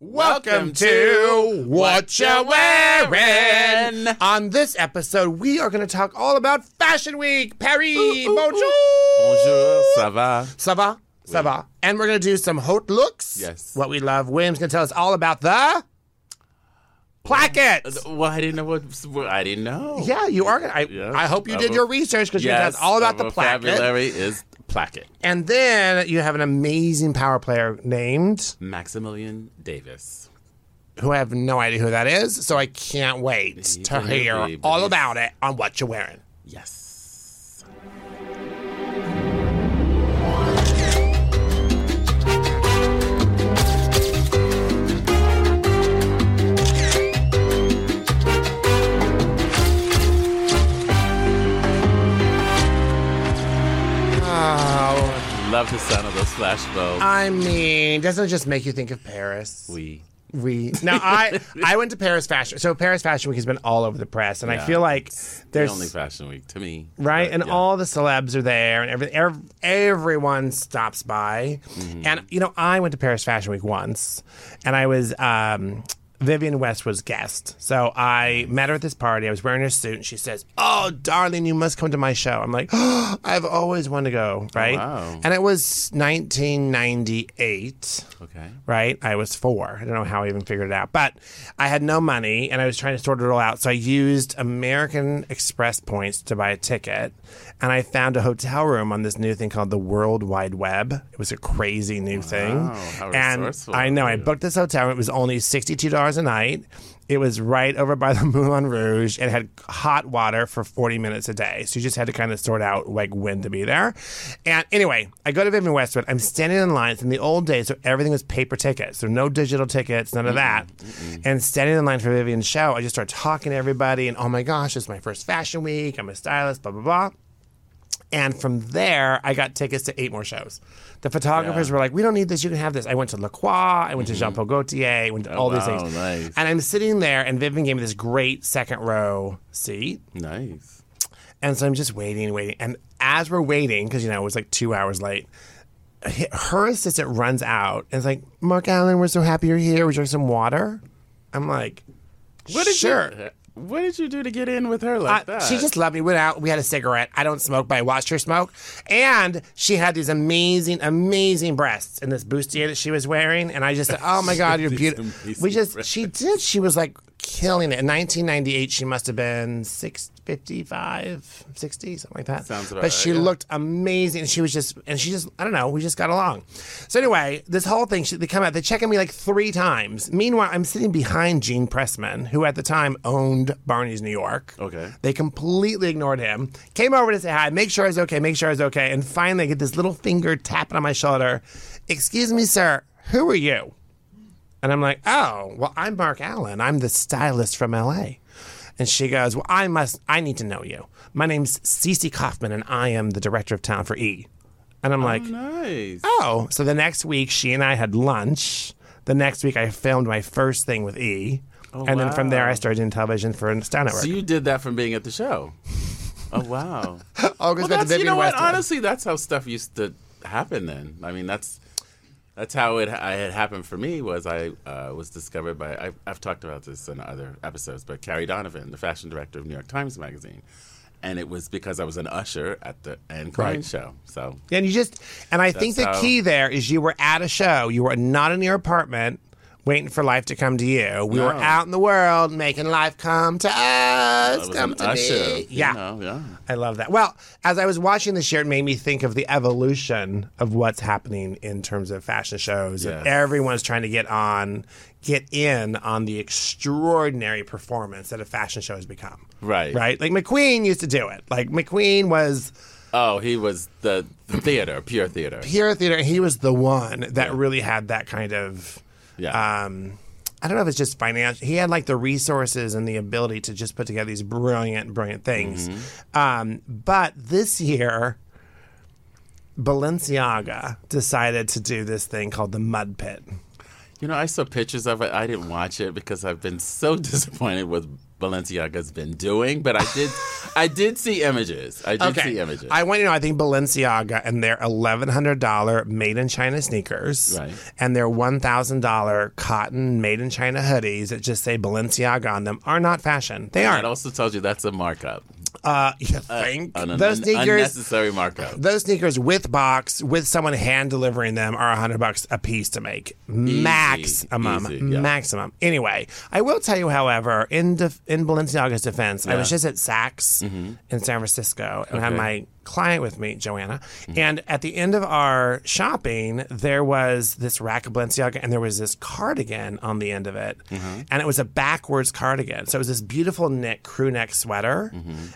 Welcome to What You Wearing. On this episode, we are going to talk all about Fashion Week. Paris, bonjour. Bonjour, ça va? Ça va? Ça va. And we're going to do some haute looks. Yes. What we love. William's going to tell us all about the plackets. Well, I didn't know what. what- I didn't know. Yeah, you are going to. I, Yes, I hope you of did a- your research because you Yes, tell us all about our the placket. vocabulary is placket. And then you have an amazing power player named, Maximilian Davis. who I have no idea who that is. So I can't wait He's to a hear newbie, but all he's- about it on What You're Wearing. Yes. Oh. Love the sound of those flashbulbs. I mean, doesn't it just make you think of Paris? We. We now I I went to Paris Fashion. So Paris Fashion Week has been all over the press, and I feel like The there's only fashion week to me. right, But, and yeah. all the celebs are there, and every, ev- everyone stops by. Mm-hmm. And you know, I went to Paris Fashion Week once, and I was. Um, Vivian West was guest. So I met her at this party. I was wearing her suit and she says, Oh, darling, you must come to my show. I'm like, I've always wanted to go. Right. Oh, wow. And it was 1998 Okay. right? I was four. I don't know how I even figured it out, but I had no money and I was trying to sort it all out. So I used American Express points to buy a ticket and I found a hotel room on this new thing called the World Wide Web. It was a crazy new thing. how resourceful and I know, of I you. booked this hotel room. It was only $62 a night. It was right over by the Moulin Rouge and had hot water for 40 minutes a day. So you just had to kind of sort out like when to be there. And anyway, I go to Vivian Westwood. I'm standing in line. It's in the old days, so everything was paper tickets. There were no digital tickets, none of that. And standing in line for Vivian's show, I just start talking to everybody. And oh my gosh, it's my first fashion week. I'm a stylist, blah, blah, blah. And from there, I got tickets to eight more shows. The photographers Yeah. were like, we don't need this. You can have this. I went to La Croix. I went to Jean Paul Gaultier. I went to all these wow, things. Oh, nice. And I'm sitting there, and Vivian gave me this great second row seat. Nice. And so I'm just waiting and waiting. And as we're waiting, because, you know, it was like two hours late, hi- her assistant runs out and is like, Mark Allen, we're so happy you're here. Would you like some water? I'm like, What did sure. You, what did you do to get in with her like Uh, that? She just loved me. Went out. We had a cigarette. I don't smoke, but I watched her smoke. And she had these amazing, amazing breasts in this bustier that she was wearing. And I just said, "Oh my God, you're These beautiful." amazing We just she did. She was like killing it. In 1998, she must have been six. 55, 60, something like that. Sounds about But she right, yeah. looked amazing. And she was just, and she just, I don't know, we just got along. So anyway, this whole thing, she, they come out, they check on me like three times. Meanwhile, I'm sitting behind Gene Pressman, who at the time owned Barney's New York. Okay. They completely ignored him. Came over to say hi, make sure I was okay, make sure I was okay. And finally, I get this little finger tapping on my shoulder. Excuse me, sir, who are you? And I'm like, oh, well, I'm Mark Allen. I'm the stylist from LA. And she goes, well, I must, I need to know you. My name's Cece Kaufman, and I am the director of Town for E. And I'm like, nice. oh. So the next week, she and I had lunch. The next week, I filmed my first thing with E. and then from there, Oh, wow. I started in television for a Star Network. So you did that from being at the show. Oh wow. Oh, well, that's, you know what? Honestly, that's how stuff used to happen. Then I mean, that's that's how it I had happened for me. Was I uh, was discovered by I, I've talked about this in other episodes, but Carrie Donovan, the fashion director of New York Times Magazine, and it was because I was an usher at the Anne Klein Right. show. So And you just and I think the how- key there is you were at a show. You were not in your apartment waiting for life to come to you. We were No. out in the world making life come to I us. was Come an to usher. me. you Yeah. know, yeah. I love that. Well, as I was watching this year, it made me think of the evolution of what's happening in terms of fashion shows. And Yes. Everyone's trying to get on, get in on the extraordinary performance that a fashion show has become. Right. Right? Like McQueen used to do it. Like McQueen was Oh, he was the, the theater, pure theater. Hero Theater, he was the one that really had that kind of. Yeah. Um, I don't know if it's just financial. He had like the resources and the ability to just put together these brilliant, brilliant things. Mm-hmm. Um, but this year, Balenciaga decided to do this thing called the Mud Pit. You know, I saw pictures of it. I didn't watch it because I've been so disappointed with Balenciaga's been doing, but I did I did see images. I did see images. I want you to know. I think Balenciaga and their eleven hundred dollar made in China sneakers, Right. and their one thousand dollar cotton made in China hoodies that just say Balenciaga on them are not fashion. They it aren't. also tells you that's a markup. Uh, you think An, an those un- sneakers? unnecessary markup. those sneakers with box with someone hand delivering them are a hundred bucks a piece to make maximum easy, yeah. maximum anyway i will tell you however in def- in balenciaga's defense i was just at saks in san francisco and had my client with me joanna and at the end of our shopping there was this rack of balenciaga and there was this cardigan on the end of it and it was a backwards cardigan so it was this beautiful knit crew neck sweater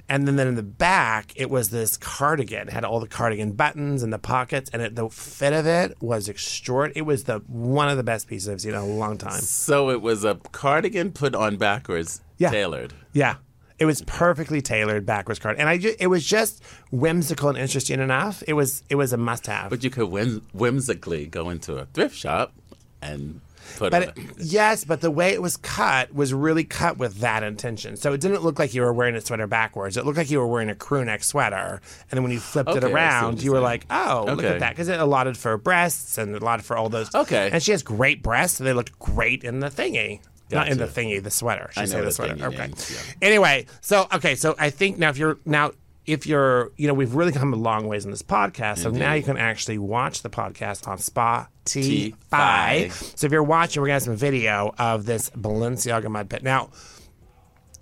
and then, then in the back it was this cardigan it had all the cardigan buttons and the pockets and it, the fit of it was extraordinary it was the one of the best pieces i've seen in a long time So it was a cardigan put on backwards, Yeah. tailored. yeah it was perfectly tailored backwards card and i ju- it was just whimsical and interesting enough it was it was a must have But you could whim- whimsically go into a thrift shop and put But on it, yes, but the way it was cut was really cut with that intention. So it didn't look like you were wearing a sweater backwards. It looked like you were wearing a crew neck sweater. And then when you flipped it Okay, I see what around, you're you were saying. like, oh, look at Okay. that. Because it allotted for breasts and allotted for all those. Okay. And she has great breasts, and they looked great in the thingy. Not in the Gotcha. thingy, the sweater. She I said know the what sweater. thingy okay. means, yeah. Anyway, so okay, so I think now if you're now if you're you know we've really come a long ways in this podcast, so now you can actually watch the podcast on Spotify. So if you're watching, we're gonna have some video of this Balenciaga mud pit. Now,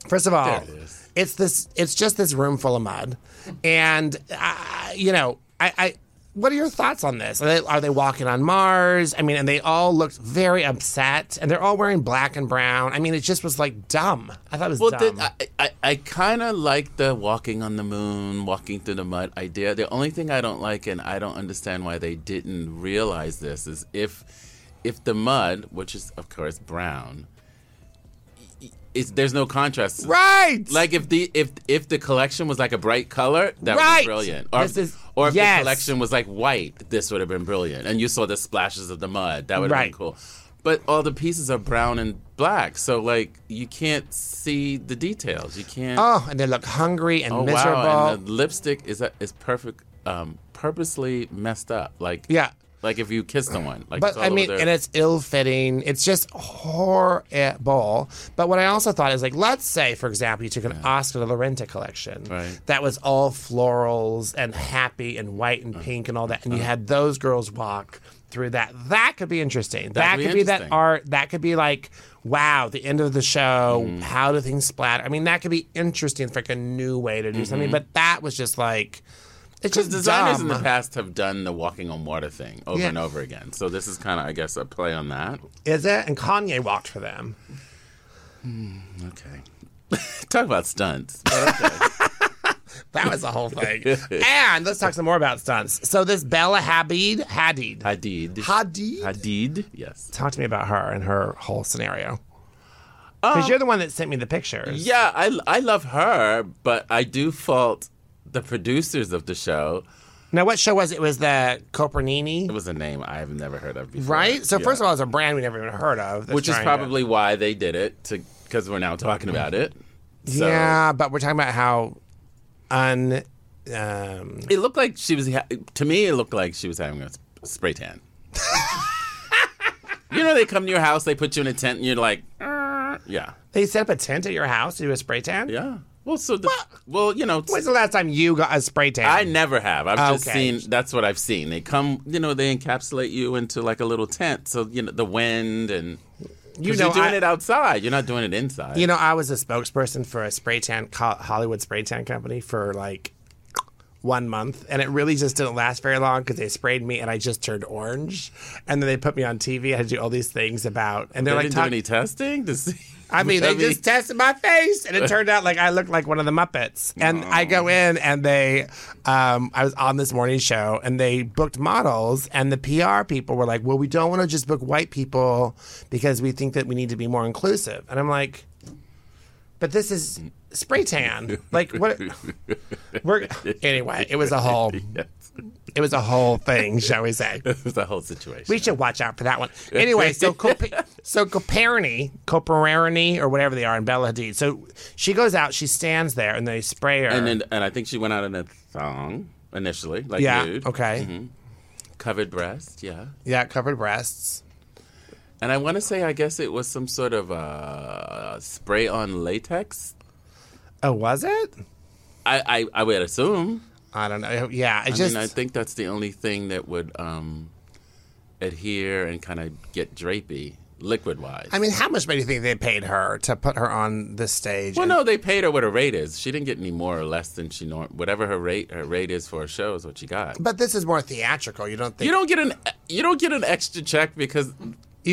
first of all, There it is. it's this it's just this room full of mud, and uh, you know I. I what are your thoughts on this? Are they, are they walking on Mars? I mean, and they all looked very upset, and they're all wearing black and brown. I mean, it just was like dumb. I thought it was Well, dumb. the, I, I, I kind of like the walking on the moon, walking through the mud idea. The only thing I don't like, and I don't understand why they didn't realize this, is if if the mud, which is of course brown, is there's no contrast. right? Like if the if if the collection was like a bright color, that Right. would be brilliant. Or, This is- or if yes. the collection was like white, this would have been brilliant. And you saw the splashes of the mud, that would have Right. been cool. But all the pieces are brown and black, so like you can't see the details. You can't. oh, and they look hungry and Oh, miserable. wow! And the lipstick is is perfect, um, purposely messed up. Like Yeah. like if you kiss someone. Like but it's all I mean, over and it's ill-fitting. It's just horrible. But what I also thought is like, let's say, for example, you took an Oscar de la Renta collection Right. that was all florals and happy and white and Uh-huh. pink and all that, and you had those girls walk through that. That could be interesting. that be could be that interesting. art. That could be like, wow, the end of the show. Hmm. How do things splatter? I mean, that could be interesting for like a new way to do something. But that was just like. It's just Mm-hmm. designers dumb. in the past have done the walking on water thing over Yeah. and over again. So this is kind of, I guess, a play on that. Is it? And Kanye walked for them. Okay. Talk about stunts. But okay. That was the whole thing. and let's talk some more about stunts. So this Bella Hadid, Hadid, Hadid. Hadid. Hadid. Yes. Talk to me about her and her whole scenario. Um, Because you're the one that sent me the pictures. Yeah, I, I love her, but I do fault the producers of the show. Now, what show was it? It was the Copernini, It was a name I've never heard of before. right? So first of all, it's a brand we never even heard of. that's which is trying to- probably why they did it, to because we're now talking about it. So, yeah, but we're talking about how un. Um, It looked like she was, ha- to me, it looked like she was having a sp- spray tan. you know, they come to your house, they put you in a tent, and you're like, "Uh," yeah. they set up a tent at your house to do a spray tan. Yeah. Well, so the well, you know, When's the last time you got a spray tan? I never have. I've just Okay. seen. That's what I've seen. They come, you know, they encapsulate you into like a little tent. So you know, the wind and You you know, are doing I- it outside. You're not doing it inside. You know, I was a spokesperson for a spray tan co- Hollywood spray tan company for like one month, and it really just didn't last very long because they sprayed me and I just turned orange, and then they put me on TV. I had to do all these things about, and they're they like, didn't talk- do any testing to see. I mean, they just tested my face, and it turned out like I looked like one of the Muppets. And I go in, and they, um, I was on this morning show, and they booked models, and the PR people were like, "Well, we don't want to just book white people because we think that we need to be more inclusive." And I'm like, "But this is spray tan. Like what? We're anyway. It was a whole." Yes. It was a whole thing, shall we say? it was the whole situation. We should watch out for that one. Anyway, so Cop- so Coperni, Coperni, or whatever they are in Bella Hadid. So she goes out, she stands there, and they spray her. and then, and I think she went out in a thong initially, like yeah, nude, okay, Mm-hmm. covered breast, yeah. yeah, covered breasts. And I want to say, I guess it was some sort of uh, spray on latex. Oh, was it? I, I, I would assume. I don't know. Yeah, I I just mean, I think that's the only thing that would um, adhere and kind of get drapey, liquid wise. I mean, how much money do you think they paid her to put her on this stage? well, And- no, they paid her what her rate is. She didn't get any more or less than she norm. Whatever her rate, her rate is for a show is what she got. But this is more theatrical. You don't think You you, don't get an you don't get an extra check because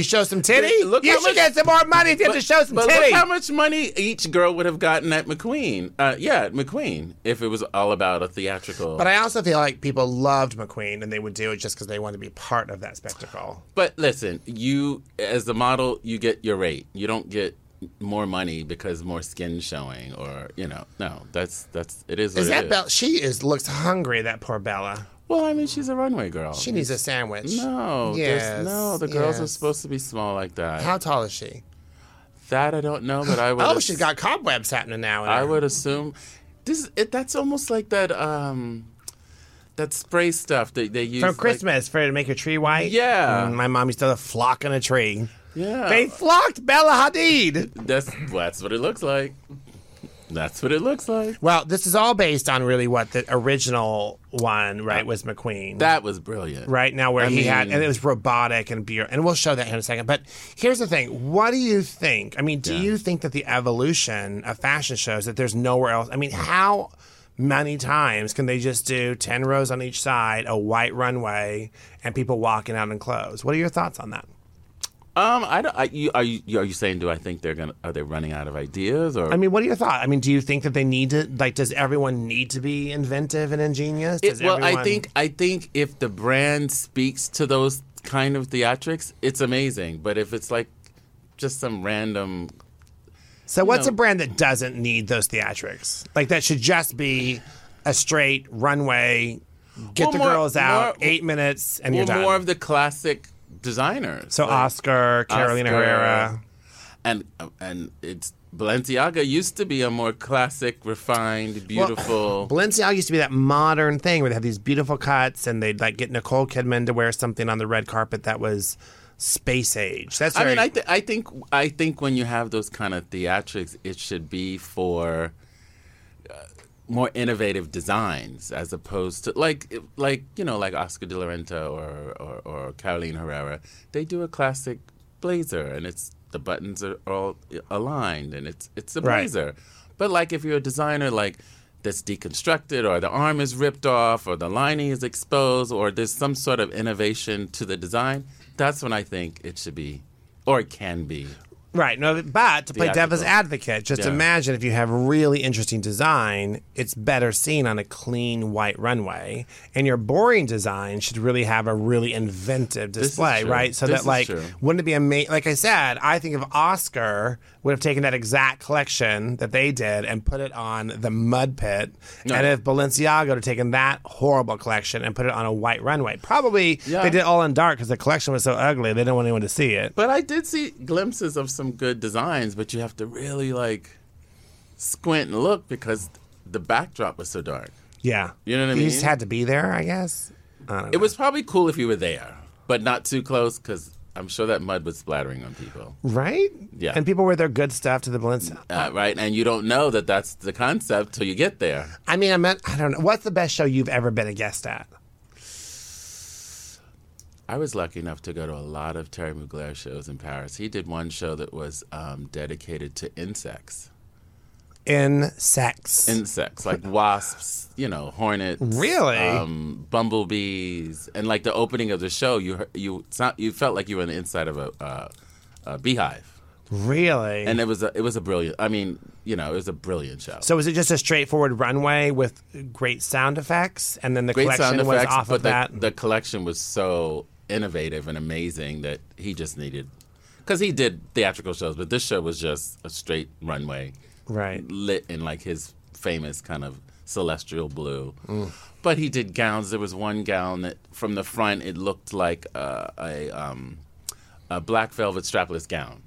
show some titty? Look you how should much- get some more money if you have to show some but titty. look how much money each girl would have gotten at McQueen. Uh, yeah, at McQueen if it was all about a theatrical. but I also feel like people loved McQueen and they would do it just because they wanted to be part of that spectacle. But listen, you as the model, you get your rate. You don't get more money because more skin showing, or you know, no. That's that's it is. What Is it that is. Bella? She is looks hungry. That poor Bella. Well, I mean, she's a runway girl. She needs a sandwich. no, Yes, there's- no. The girls are yes. supposed to be small like that. How tall is she? that I don't know, but I would. Oh, ass- she's got cobwebs happening now. in I her. would assume this. It, that's almost like that. um That spray stuff that they use From like- Christmas for to make your tree white. Yeah. Mm, my mom used to have a flock on a tree. yeah, They flocked Bella Hadid. that's that's what it looks like. That's what it looks like. Well, this is all based on really what the original one, Uh, right, was McQueen. That was brilliant. right now where I he had mean- and it was robotic and beer and we'll show that in a second. But here's the thing. What do you think? I mean, do you think that the evolution of fashion shows that there's nowhere else I mean, how many times can they just do ten rows on each side, a white runway, and people walking out in clothes? What are your thoughts on that? Um, I don't. I, you, are you are you saying? Do I think they're gonna? Are they running out of ideas? Or I mean, what are your thoughts? I mean, do you think that they need to like does everyone need to be inventive and ingenious? Does well, I everyone- think I think if the brand speaks to those kind of theatrics, it's amazing. But if it's like just some random, So, what's know- a brand that doesn't need those theatrics? Like that should just be a straight runway, get Well, the more- girls out, more- eight minutes, and well, you're done. more of the classic designers. so like Oscar, Carolina Oscar, Herrera. and and it's Balenciaga used to be a more classic, refined, beautiful. Balenciaga used to be that modern thing where they had these beautiful cuts, and they'd like get Nicole Kidman to wear something on the red carpet that was space age. That's I very, mean, I, th- I think I think when you have those kind of theatrics, it should be for uh, more innovative designs as opposed to like like you know like Oscar De La Renta or, or or Caroline Herrera. They do a classic blazer, and it's the buttons are all aligned, and it's it's a Right. blazer. But like if you're a designer, like that's deconstructed or the arm is ripped off or the lining is exposed or there's some sort of innovation to the design that's when i think it should be or it can be Right. No, but to play Theatrical. devil's advocate, just Yeah. imagine if you have really interesting design, it's better seen on a clean white runway, and your boring design should really have a really inventive is display, true. right? So This that is like true. wouldn't it be amazing? Like I said, I think if Oscar would have taken that exact collection that they did and put it on the mud pit, and if Balenciaga would have taken that horrible collection and put it on a white runway, probably Yeah. they did it all in dark because the collection was so ugly they didn't want anyone to see it. but i did see glimpses of some good designs but you have to really like squint and look because the backdrop was so dark Yeah. You know what I You just mean? had to be there, I guess. I don't know. it was probably cool if you were there but not too close because i'm sure that mud was splattering on people Right? Yeah. And people wear their good stuff to the Balenciaga. uh, right and you don't know that that's the concept till you get there I mean, I meant, I don't know. What's the best show you've ever been a guest at? I was lucky enough to go to a lot of Terry Mugler shows in Paris. He did one show that was um, dedicated to insects, In sex. insects like wasps, you know, hornets, Really? um, bumblebees, and like the opening of the show, you heard- you sound, you felt like you were on the inside of a, uh, a beehive, really? um, and it was a it was a brilliant. I mean, you know, it was a brilliant show. so was it just a straightforward runway with great sound effects, and then the Great collection sound effects, was off but of the, that? the collection was so innovative and amazing that he just needed. Because he did theatrical shows, but this show was just a straight runway. right. lit in like his famous kind of celestial blue. Mm. But he did gowns. There was one gown that from the front it looked like uh, a um, a black velvet strapless gown.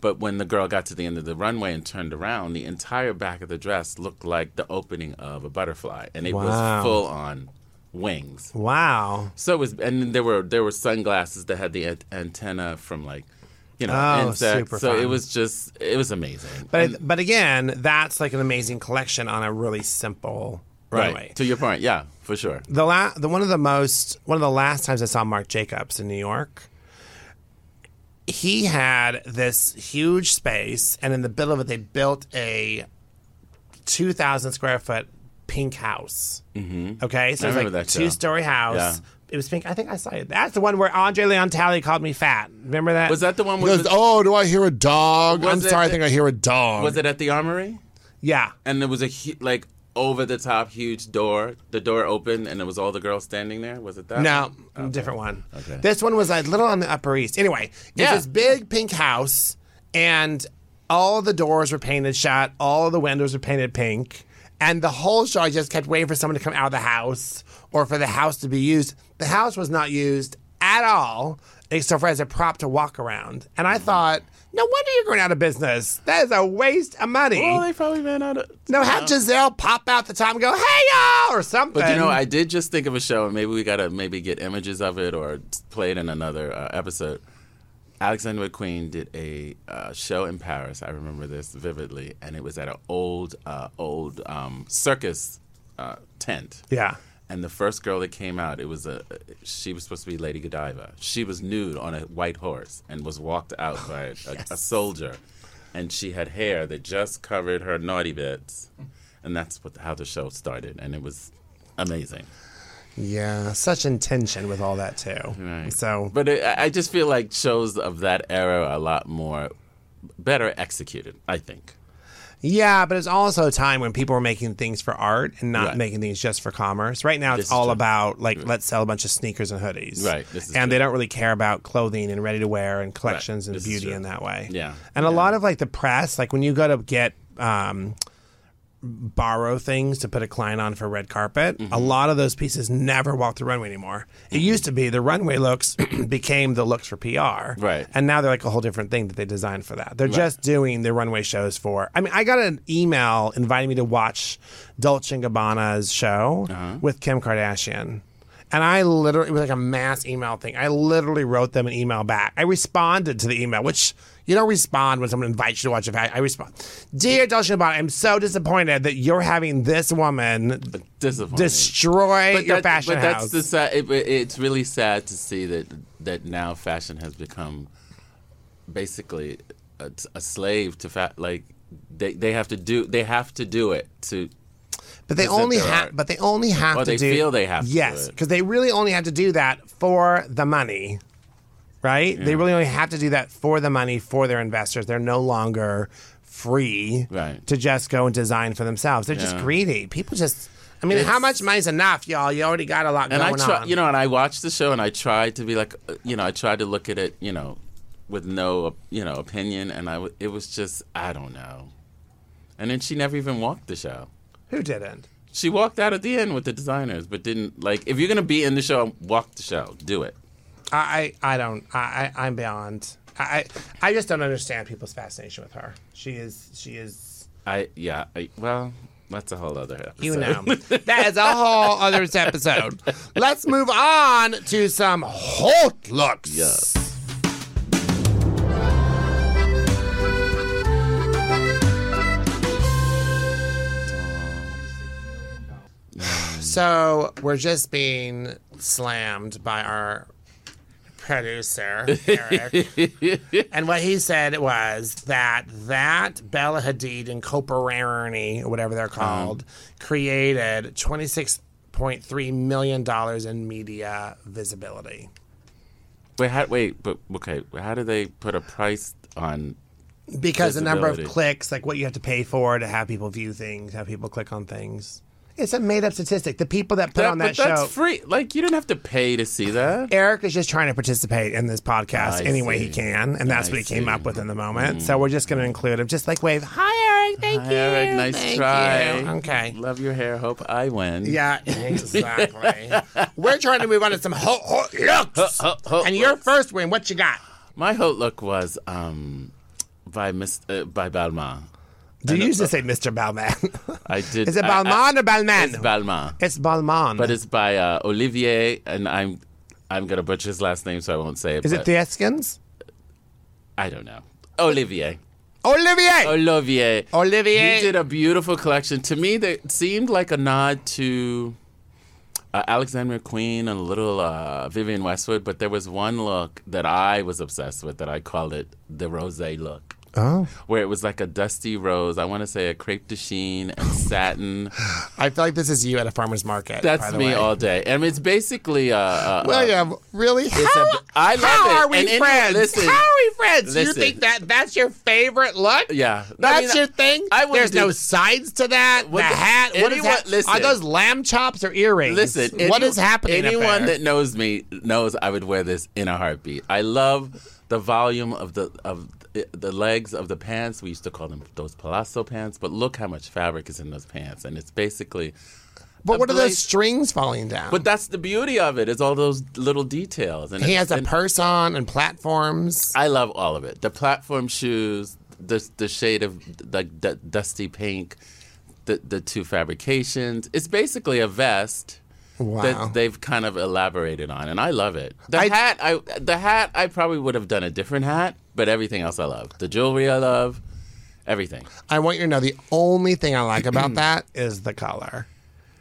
But when the girl got to the end of the runway and turned around, the entire back of the dress looked like the opening of a butterfly, and it Wow. was full on wings. Wow. So it was, and then there were there were sunglasses that had the an- antenna from like, you know, Oh, insects. super so it fun. was just it was amazing. But but again, that's like an amazing collection on a really simple right runway. to your point, yeah, for sure. The la- the one of the most one of the last times I saw Marc Jacobs in New York, he had this huge space, and in the middle of it, they built a two thousand square foot pink house. Mm-hmm. Okay, so I it was remember like that show. two story house. Yeah. It was pink. I think I saw it. That's the one where Andre Leon Talley called me fat. Remember that? Was that the one? He With goes, the, oh, do I hear a dog? I'm Was it sorry, I the- think I hear a dog. Was it at the armory? Yeah. And there was a hu- like over the top huge door. The door opened, and it was all the girls standing there. Was it that? No, different one. Okay. This one was a little on the Upper East. Anyway, it's Yeah. this big pink house, and all the doors were painted shut, all the windows were painted pink, and the whole show I just kept waiting for someone to come out of the house or for the house to be used. The house was not used at all, except for as a prop to walk around. And Mm-hmm. I thought, no wonder you're going out of business. That is a waste of money. Oh, they probably ran out of. no, have Giselle pop out the top and go, "Hey y'all" or something. But you know, I did just think of a show, and maybe we gotta maybe get images of it or play it in another uh, episode. Alexander McQueen did a uh, show in Paris. I remember this vividly, and it was at an old, uh, old um, circus uh, tent. yeah. And the first girl that came out, it was a. She was supposed to be Lady Godiva. She was nude on a white horse and was walked out by a, a soldier, and she had hair that just covered her naughty bits, and that's what how the show started, and it was amazing. Yeah, such intention with all that too. Right. So, But it, I I just feel like shows of that era are a lot more better executed. I think. yeah, but it's also a time when people were making things for art and not Right. making things just for commerce. Right now, This it's is all true. about like let's sell a bunch of sneakers and hoodies, Right, this is and true. they don't really care about clothing and ready to wear and collections and this is beauty true. in that way. Yeah. and a lot of like the press, like when you go to get. Um, borrow things to put a client on for red carpet. Mm-hmm. A lot of those pieces never walk the runway anymore. It used to be the runway looks became the looks for PR. Right. And now they're like a whole different thing that they designed for that. They're just doing the runway shows for. I mean, I got an email inviting me to watch Dolce and Gabbana's show Uh-huh. with Kim Kardashian. And I literally, it was like a mass email thing. I literally wrote them an email back. I responded to the email, which you don't respond when someone invites you to watch a I, I respond, Dear Dolce and Gabbana, I'm so disappointed that you're having this woman Disappointing. destroy your that- fashion but house. that's the sad. It, it- it's really sad to see that that now fashion has become basically a, a slave to fa- like they they have to do they have to do it to But they present only their have. art. But they only have Or to they do. feel they have to do Yes, it. because they really only have to do that for the money, right? They really only have to do that for the money for their investors. They're no longer free Right. to just go and design for themselves. They're just Yeah. greedy. People just. I mean, how It's- much money's enough, y'all? You already got a lot and going I try, on. you know, and I watched the show and I tried to be like, uh, you know, I tried to look at it, you know, with no, uh, you know, opinion, and I, w- it was just, I don't know. And then she never even walked the show. who didn't? She walked out at the end with the designers, but didn't like. If you're gonna be in the show, walk the show, do it. I I, I don't. I, I I'm beyond. I I I just don't understand people's fascination with her. She is. She is. I yeah. I, well, that's a whole other episode. You know, that is a whole other episode. Let's move on to some hot looks. Yes. So we're just being slammed by our producer Eric, and what he said was that that Bella Hadid and Coperarni, or whatever they're called, created twenty six point three million dollars in media visibility. Wait, how, wait, but okay. How do they put a price on? because the number of Visibility. clicks, like what you have to pay for to have people view things, have people click on things. It's a made up statistic. The people that put That- on that but that's show. free. Like you don't have to pay to see that. Eric is just trying to participate in this podcast I any way he see. can, and that's I what he came see. Mm. up with in the moment. So we're just going to include him, just like wave, "Hi, Eric, thank Hi, you, Eric, nice Thank try. you." Okay, Love your hair. Hope I win. Yeah, exactly. We're trying to move on to some hot, hot looks. Ho- ho- and your first win, what you got? My whole look was um, by Miss uh, by Balmain. Do you used to say Mr. Balmain? I did. Is it I- I- Balmain or Balmain? It's Balmain. It's Balmain. But it's by uh, Olivier, and I'm I'm gonna butcher his last name, so I won't say it. is it but Thieskins? I don't know. Olivier. Olivier! Olivier. Olivier. He did a beautiful collection. To me, that seemed like a nod to uh, Alexander Queen and a little uh, Vivian Westwood, but there was one look that I was obsessed with that I called it the rose look. Oh. Where it was like a dusty rose, I want to say a crepe de chine and satin. I feel like this is you at a farmer's market. by That's the me way. all day. I mean, it's basically uh, uh, uh, William, really? It's How, a- I love how it. are we And anyway, friends? listen. how are we friends? you Listen. think that that's your favorite look? Yeah. I That's mean, your thing? I wouldn't There's do- no sides to that? What the the- hat? what is anyone- that? listen. are those lamb chops or earrings? Listen, what any- is happening up Anyone there? that knows me knows I would wear this in a heartbeat. I love the volume of the of the- the legs of the pants. We used to call them those palazzo pants, but look how much fabric is in those pants, and it's basically. But a what are those blaze- strings falling down? But that's the beauty of it is all those little details, and he it's- has a and purse on and platforms. I love all of it. The platform shoes, the the shade of like d- dusty pink, the the two fabrications. It's basically a vest Wow. that they've kind of elaborated on, and I love it. The I- hat, I the hat, I probably would have done a different hat, but everything else I love. The jewelry I love, everything. I want you to know the only thing I like about that is the color.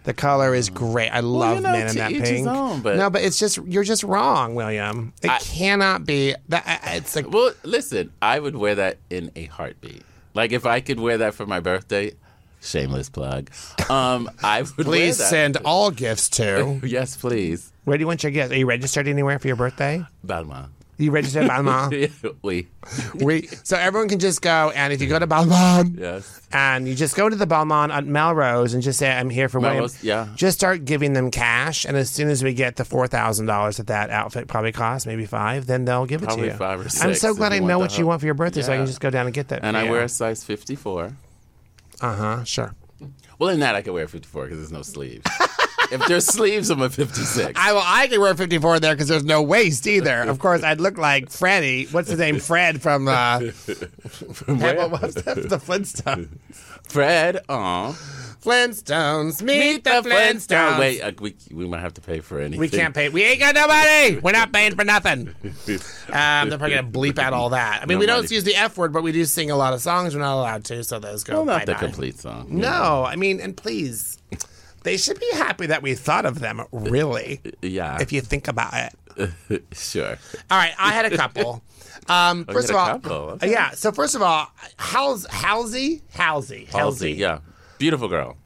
The color is great. I love you know, men in to that each his pink. own, but- no, but it's just you're just wrong, William. It cannot be that. I- I- It's like Well, listen, I would wear that in a heartbeat. Like if I could wear that for my birthday, shameless plug. Um, I would please wear that. send all gifts to. Yes, please, Where do you want your gifts? Are you registered anywhere for your birthday? Balmain. You registered at Balmain. we we so everyone can just go and if you go to Balmain. yes. And you just go to the Belmont at Melrose and just say, I'm here for William. Melrose, yeah. Just start giving them cash. And as soon as we get the $4,000 that that outfit probably costs, maybe five, then they'll give it Probably to you. five or I'm six so if glad I you know want what the you whole- want for your birthday so I Yeah. can just go down and get that. And I wear a size 54. Uh huh, sure. Well, in that I could wear 54 because there's no sleeves. if there's sleeves, I'm a 56. I well, I can wear 54 there because there's no waist either. Of course, I'd look like Freddie. What's his name? Fred from uh, from where? What was that? The Flintstones. Fred, aw. Flintstones. Meet, the Flintstones. Wait, uh, we, we might have to pay for anything. We can't pay. We ain't got no money. We're not paying for nothing. Um, they're probably gonna bleep out all that. I mean, No we don't money. use the F word, but we do sing a lot of songs. We're not allowed to, so those go. Well, not the bye-bye. complete song. No, I mean, and please, they should be happy that we thought of them. Really, Yeah. if you think about it. sure. All right, I had a couple. Um, first of Oh, had a all, couple, okay. yeah. So first of all, Hals Halsey Halsey Halsey, yeah. Beautiful girl.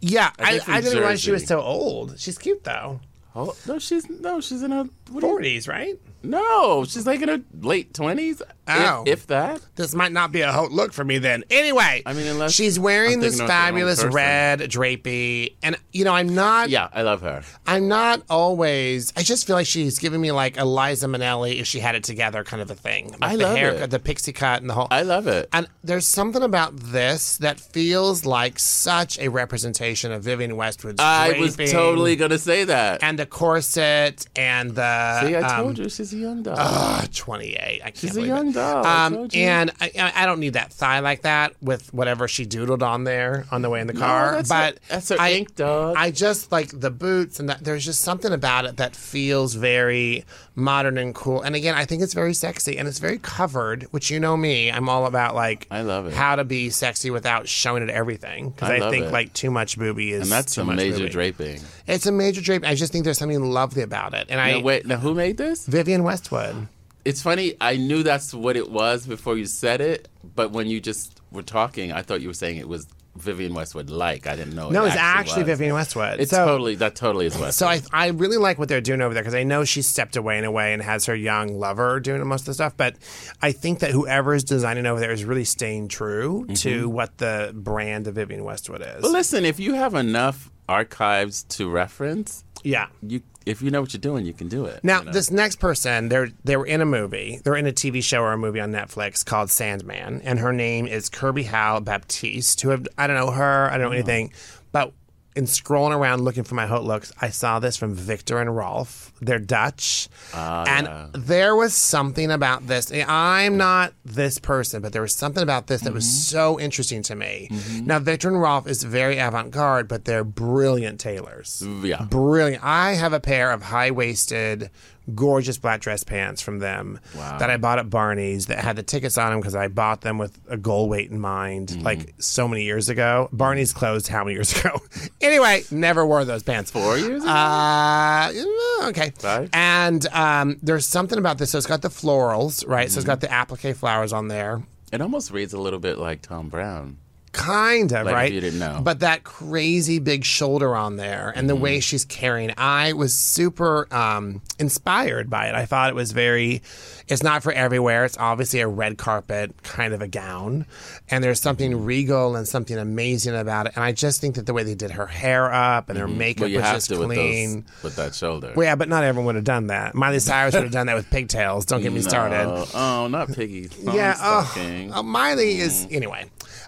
yeah. I, think from I didn't realize she Jersey. was so old. She's cute though. Oh, no, she's no, she's in her what are you- Forties, right? No, she's like in her late 20s. Ow. If, if that. This might not be a hot look for me then. Anyway, I mean, unless- she's wearing I'm this thinking of the wrong fabulous person. red drapey, and you know, I'm not, Yeah, I love her. I'm not always. I just feel like she's giving me like Eliza Minnelli if she had it together, kind of a thing. Like I the love hair, it. the pixie cut, and the whole. I love it. and there's something about this that feels like such a representation of Vivian Westwood's. I was draping totally going to say that. And the corset and the See, I um, told you she's a young dog. Ah, 28. I can't She's a believe young it. doll, I Um, told you. and I, I I don't need that thigh like that with whatever she doodled on there on the way in the car. Oh, that's but her- that's her I, ink, dog. I just like the boots and that. There's just something about it that feels very modern and cool. And again, I think it's very sexy and it's very covered. Which you know me, I'm all about like I love it. how to be sexy without showing it everything because I I, love think it. like too much booby is And that's too some much major booby. draping. It's a major drape. I just think there's something lovely about it. And I Now, wait, now who made this? Vivian Westwood. It's funny. I knew that's what it was before you said it, but when you just were talking, I thought you were saying it was Vivian Westwood like. I didn't know. No, it it's actually was. Vivian Westwood. It's so, totally that totally is Westwood. So I, I really like what they're doing over there because I know she stepped away in a way and has her young lover doing most of the stuff. But I think that whoever is designing over there is really staying true to what the brand of Vivian Westwood is. Mm-hmm. Well, listen, if you have enough archives to reference, yeah. you if you know what you're doing, you can do it. Now, you know? this next person, they're they were in a movie. They're in a TV show or a movie on Netflix called Sandman, and her name is Kirby Hal Baptiste. Who have I don't know her, I don't Oh. know anything, but in scrolling around looking for my hot looks, I saw this from Victor and Rolf. They're Dutch, Ah, and there was something about this. I'm not this person, but there was something about this that was Mm-hmm. so interesting to me. Now, Victor and Rolf is very avant-garde, but they're brilliant tailors yeah. brilliant. I have a pair of high waisted, gorgeous black dress pants from them that I bought at Barney's that had the tickets on them because I bought them with a goal weight in mind like so many years ago. Barney's closed how many years ago? anyway, never wore those pants. Four years ago? Uh, mm, okay. Right. And um, there's something about this. So it's got the florals, right? So it's got the applique flowers on there. It almost reads a little bit like Tom Brown. Kind of, if right? you didn't know. Mm-hmm. But that crazy big shoulder on there and the way she's carrying, I was super um, inspired by it. I thought it was very, it's not for everywhere. It's obviously a red carpet kind of a gown. And there's Mm-hmm. something regal and something amazing about it. And I just think that the way they did her hair up and her makeup Mm-hmm. Well, you was have just to with clean. those with that shoulder. Well, yeah, but not everyone would have done that. Miley Cyrus would have done that with pigtails. Don't get me No. started. Oh, not Piggy. Yeah, yeah. oh, oh, Miley is Mm. anyway.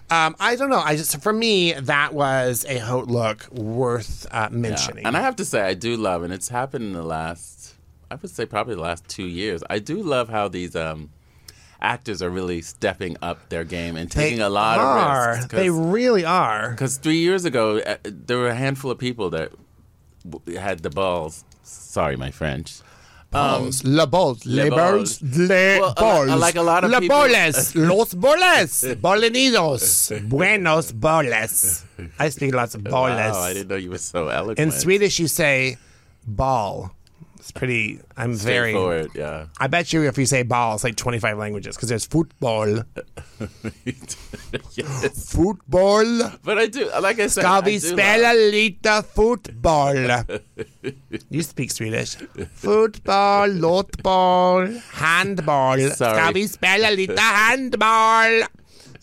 Um, I don't know. I just for me that was a hot look worth uh, mentioning. And I have to say, I do love, and it's happened in the last, I would say probably the last two years. I do love how these um, actors are really stepping up their game and taking a lot are. of risks. They really are. Because three years ago, uh, there were a handful of people that w- had the balls. Sorry, my French. Balls. Le balls. Um, Le Le balls. balls. Le Well, a lo- balls. like a lot of Le people- boles. Los boles. Bolenidos. Buenos boles. I speak lots of boles. Wow, Oh, I didn't know you were so eloquent. Oh, In Swedish, you say ball. It's pretty. I'm very. Straightforward, yeah. I bet you if you say ball, it's like 25 languages because there's football, yes. football, But I do, like I said, Ska I vi do spela lite fotboll? You speak Swedish. Fotboll, låtboll, handboll. Ska Sorry. vi spela lite handboll?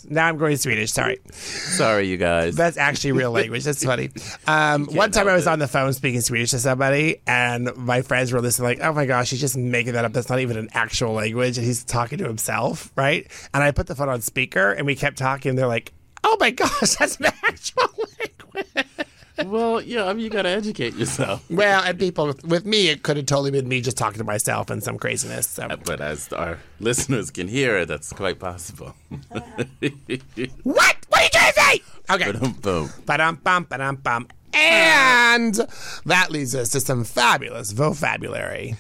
Now I'm going Swedish, sorry. love- Sorry, you guys. That's actually real language. That's funny. Um, one time I help was it. on the phone speaking Swedish to somebody, and my friends were listening, like, oh my gosh, he's just making that up. That's not even an actual language. And he's talking to himself, right? And I put the phone on speaker, and we kept talking. They're like, oh my gosh, that's an actual language. well, yeah, I mean, you got to educate yourself. Well, and people with me, it could have totally been me just talking to myself and some craziness. So. But as our listeners can hear, that's quite possible. What? What are you trying to say? Okay. Boom. Ba-dum, bum, ba-dum, bum. And that leads us to some fabulous vocabulary.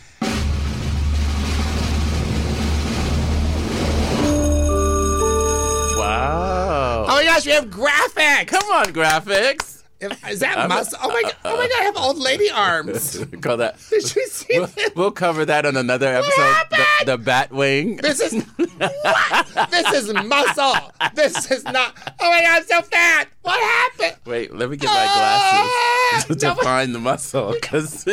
Wow. Oh my gosh, we have graphics. Come on, graphics. If- Is that muscle? Oh my god! Oh my god! I have old lady arms. Call that. Did you see We'll, this? we'll cover that on another episode. happened? The, the bat wing. This is what? This is muscle. This is not. Oh my god! I'm so fat. What happened? Uh, Wait, let me get my Oh. glasses to No, define the muscle. Because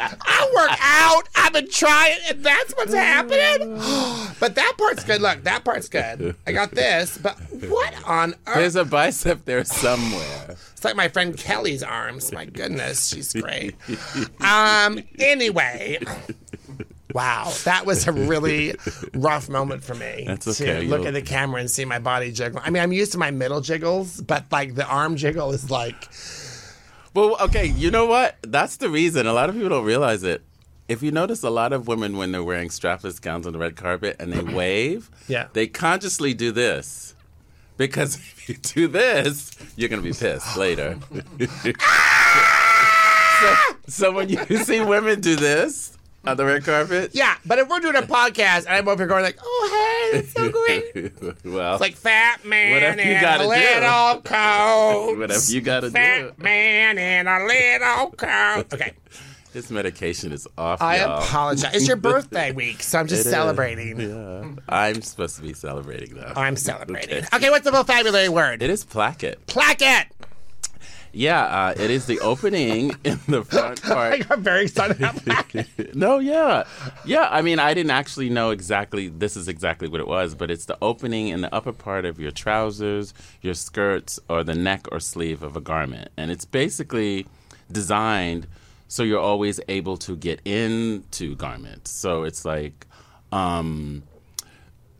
I work out. I've been trying, and that's what's happening. But that part's good. Look, that part's good. I got this. But what on earth? there's a bicep there somewhere. It's like my friend Kelly's arms. My goodness, she's great. Um. Anyway. Wow, that was a really rough moment for me That's to okay, look you'll- at the camera and see my body jiggle. I mean, I'm used to my middle jiggles, but like the arm jiggle is like Well, okay, you know what? That's the reason. A lot of people don't realize it. If you notice, a lot of women, when they're wearing strapless gowns on the red carpet and they wave, Yeah. they consciously do this. Because if you do this, you're going to be pissed later. so, so when you see women do this on the red carpet, yeah. But if we're doing a podcast and I'm over here going like, oh hey, that's so great, well, like fat man Whatever you in a gotta do. little coat. whatever you got to do. Fat man in a little coat. Okay. This medication is off. I y'all. apologize. It's your birthday week, so I'm just It is. celebrating. Yeah. I'm supposed to be celebrating though. I'm celebrating. Okay. Okay. what's the vocabulary word? It is placket. Placket. Yeah, uh, it is the opening in the front I part. got very excited about placket. No, yeah. Yeah, I mean, I didn't actually know exactly, this is exactly what it was, but it's the opening in the upper part of your trousers, your skirts, or the neck or sleeve of a garment. And it's basically designed so you're always able to get into garments. So it's like, um,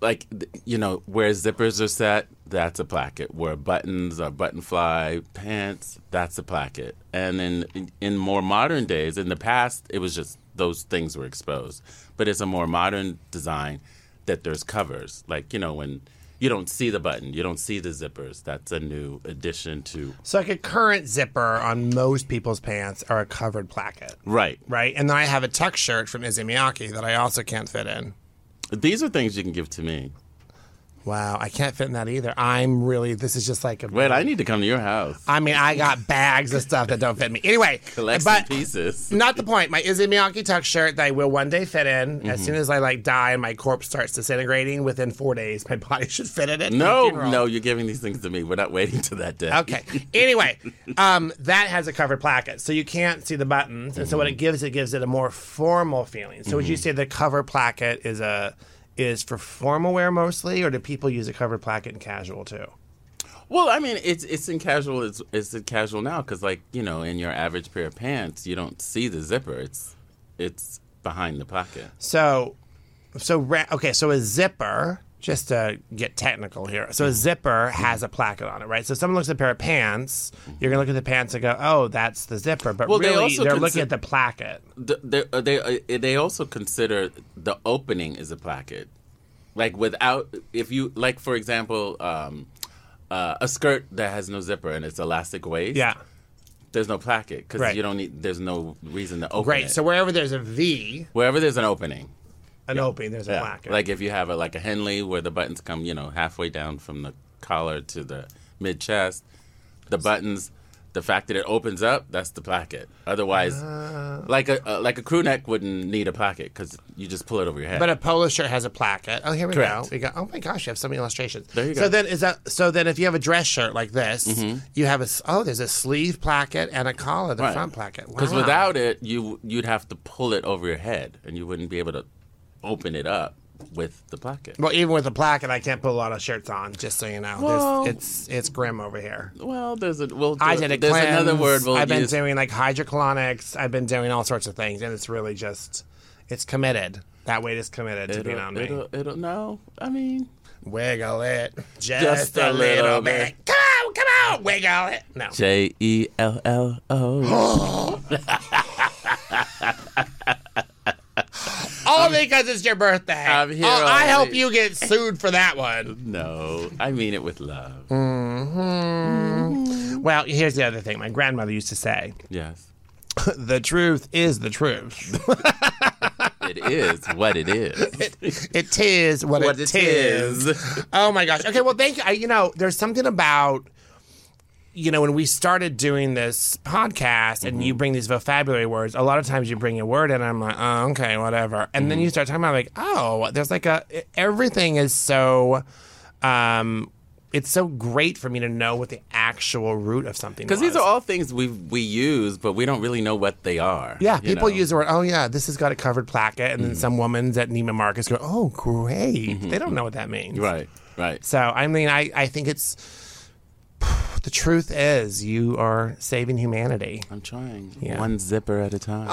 like th- you know where zippers are set that's a placket where buttons or button fly pants that's a placket and in in more modern days in the past it was just those things were exposed but it's a more modern design that there's covers like you know when you don't see the button you don't see the zippers that's a new addition to So like a current zipper on most people's pants are a covered placket. right Right? And then I have a tuck shirt from Izumiyaki that I also can't fit in. these are things you can give to me Wow, I can't fit in that either. I'm really this is just like a wait i need to come to your house I mean, I got bags of stuff that don't fit me. Anyway, collect some but pieces not the point. My Izzy Miyake tuck shirt that I will one day fit in. Mm-hmm. As soon as I like die and my corpse starts disintegrating, within four days, my body should fit in it. no Funeral. no you're giving these things to me we're not waiting to that day Okay. Anyway, um, that has a covered placket, so you can't see the buttons, and so what it Mm-hmm. gives, it gives it a more formal feeling. So would you say the cover placket is a is for formal wear mostly, or do people use a covered placket in casual too? Well, I mean, it's it's in casual. It's it's in casual now because, like, you know, in your average pair of pants, you don't see the zipper. It's it's behind the pocket. So, so ra- okay. So a zipper, just to get technical here. Mm-hmm. So a zipper has a placket on it, right? So if someone looks at a pair of pants, you're gonna look at the pants and go, "Oh, that's the zipper." But Well, they really, also they are consi- looking at the placket. The, the, uh, they uh, they also consider the opening is a placket. Like without, if you like, for example, um, uh, a skirt that has no zipper and it's elastic waist. Yeah. there's no placket because Right. you don't need. There's no reason to open. Great. it. So wherever there's a V, wherever there's an opening, an opening, there's a Yeah. placket. Like if you have a like a Henley where the buttons come, you know, halfway down from the collar to the mid chest, the buttons, the fact that it opens up, that's the placket. Otherwise, Uh. like a, a like a crew neck wouldn't need a pocket because you just pull it over your head. But a polo shirt has a placket. Oh, here we go. Correct. We got. Oh my gosh, you have so many illustrations. There you So go. Mm-hmm. then is that? So then, if you have a dress shirt like this, you have a. s- Oh, there's a sleeve placket and a collar, the Right. front placket. because Wow. without it, you you'd have to pull it over your head and you wouldn't be able to open it up with the placket. Well, even with a placket, I can't put a lot of shirts on. Just so you know, There's- Well- it's it's grim over here. Well, there's a we'll do I did a There's cleanse. another word we'll I've been use. doing like hydrocolonics. I've been doing all sorts of things, and it's really just it's committed. That weight is committed to being on It'll, me. it'll, it'll, no, I mean, Wiggle it just, Just a, a little, little bit. Come on, come on, wiggle it. No. J E L L O. All because it's your birthday. I'm here oh, I all hope week. you get sued for that one. No, I mean it with love. Mm. Well, here's the other thing. My grandmother used to say, Yes. "The truth is the truth. It is what it is. it tis what, what it it tis. is. Oh my gosh. Okay. Well, thank you. I, you know, there's something about, you know, when we started doing this podcast and Mm-hmm. you bring these vocabulary words, a lot of times you bring a word in and I'm like, oh, okay, whatever. And Mm-hmm. then you start talking about, like, oh, there's like a, everything is so, um, it's so great for me to know what the actual root of something Because Because these are all things we we use, but we don't really know what they are. Yeah, you people know? Mm-hmm. use the word, oh, yeah, this has got a covered placket. And then some women's at Neiman Marcus go, oh, great. They don't know what that means. Right, right. So I mean, I, I think it's the truth is you are saving humanity. I'm trying Yeah. Oh, one zipper at a time.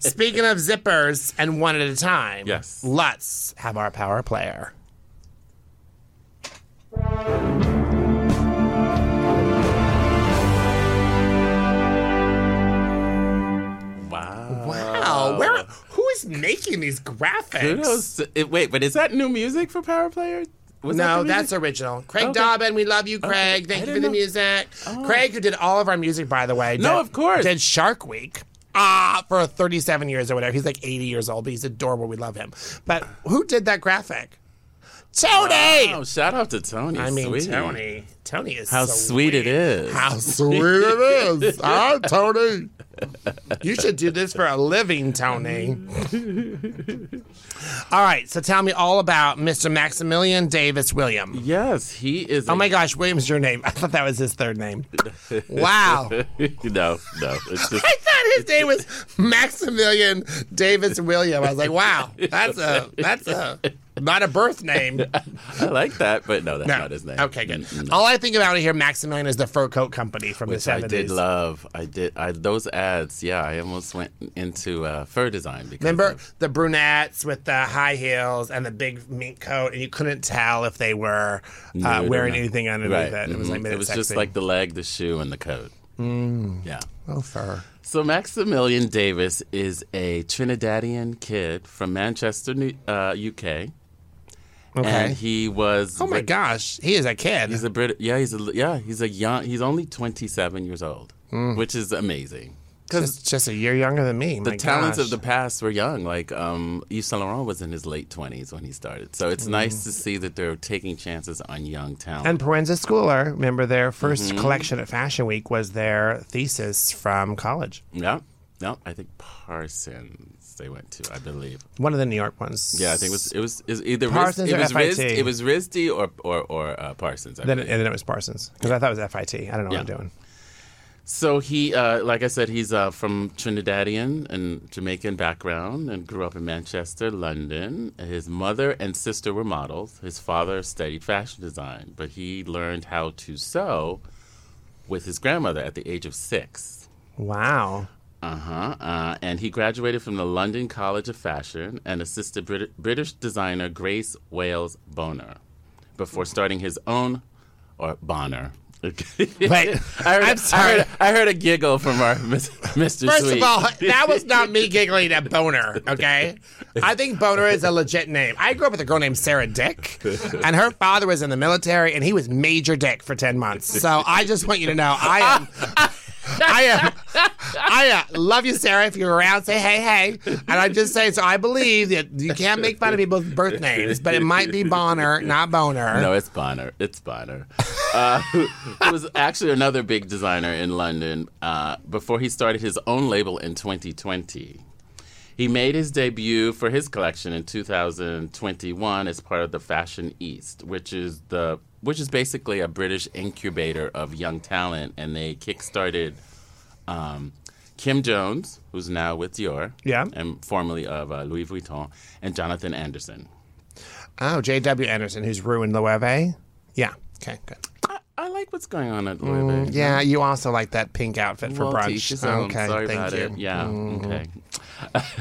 Speaking of zippers and one at a time, Yes. Let's have our power player. Wow. Wow, where who is making these graphics? Uh, Kudos. to- it- wait, but is that new music for Power Player? Was No, that new that's music? original. Craig Okay. Dobbin, we love you, Craig. I Thank you didn't for the know. Oh. music. Craig, who did all of our music, by the way. No, did- of course. Did Shark Week. Ah, for 37 years or whatever. He's like 80 years old, but he's adorable. We love him. But who did that graphic? Tony. Oh, shout out to Tony. I mean, Sweet. Tony. Tony is How so sweet it is. How Sweet it is. All right, Tony. You should do this for a living, Tony. all right, so tell me all about Mr. Maximilian Davis William. Yes, he is. Oh my gosh, William's your name. I thought that was his third name. Wow. I no, no. It's just thought his name was Maximilian Davis William. I was like, wow, that's a that's a not a birth name. I like that, but no, that's No. not his name. Okay, good. Mm-mm. All I think about here, Maximilian, is the fur coat company from Which the 70s. I did love. I did. I those ads. Yeah, I almost went into uh, fur design because Remember of- the brunettes with the high heels and the big mink coat, and you couldn't tell if they were uh, or wearing not. anything underneath right? it. It was like mhm. made it was sexy. just like the leg, the shoe, and the coat. Yeah. oh fur. So Maximilian Davis is a Trinidadian kid from Manchester, New, uh, UK, and Okay. he was. Oh my gosh, he is a kid. He's a Brit. Yeah, he's a yeah. He's a young. He's only twenty seven years old, Mm. which is amazing. Because just, just a year younger than me. the talents of the past were young. Like um, Yves Saint Laurent was in his late twenties when he started. So it's nice to see that they're taking chances on young talent. Mm-hmm. and Parenza Schooler. Remember their 1st Mm-hmm. collection at Fashion Week was their thesis from college. yeah, no, I think Parsons they went to, I believe. One of the New York ones. Yeah, I think it was it was, is either Parsons Riz, it or was Riz, FIT? it was RISD or or, or uh, Parsons. I Then believe. and then it was Parsons because I thought it was FIT. I don't know what I'm Yeah. doing. So he, uh, like I said, he's uh, from Trinidadian and Jamaican background and grew up in Manchester, London. His mother and sister were models. His father studied fashion design, but he learned how to sew with his grandmother at the age of six. Wow. Uh-huh. Uh, and he graduated from the London College of Fashion and assisted Brit- British designer Grace Wales Bonner before starting his own, or Bonner. Wait, I heard, I'm I sorry. heard, I heard a giggle from our Mis- Mr. First Sweet. of all, that was not me giggling at Boner, okay? I think Boner is a legit name. I grew up with a girl named Sarah Dick, and her father was in the military, and he was Major Dick for 10 months. So I just want you to know I am. I am. I uh, love you, Sarah. If you're around, say hey, hey. And I'm just saying, so I believe that you can't make fun of people's birth names, but it might be Bonner, not Boner. No, it's Bonner. It's Bonner. Uh, who was actually another big designer in London uh, before he started his own label in 2020. He made his debut for his collection in 2021 as part of the Fashion East, which is the which is basically a British incubator of young talent, and they kickstarted um, Kim Jones, who's now with Dior, Yeah. and formerly of uh, Louis Vuitton, and Jonathan Anderson. Oh, J.W. Anderson, who's ruined Loewe. Yeah. Okay, good. I, I like what's going on at Louis Vuitton. Yeah, you also like that pink outfit for Well, brunch. teach his own. Okay, Sorry thank about you. Oh, Mm-hmm. it. Yeah. Okay.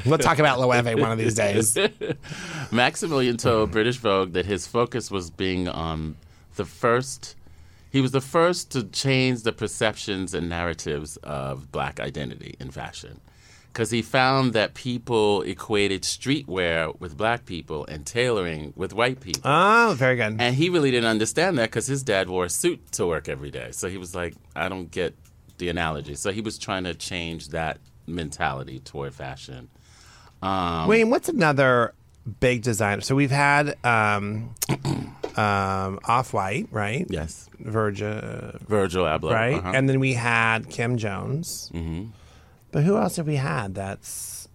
We'll talk about Loewe one of these days. Maximilian told British Vogue that his focus was being on the first. He was the first to change the perceptions and narratives of black identity in fashion. Because he found that people equated streetwear with black people and tailoring with white people. Oh, very good. And he really didn't understand that because his dad wore a suit to work every day. So he was like, I don't get the analogy. So he was trying to change that mentality toward fashion. Wayne, what's another big designer? So we've had um, um, Off White, right? Yes. Virgil, Virgil Abloh. right? uh-huh. And then we had Kim Jones. Mm-hmm. But who else have we had that's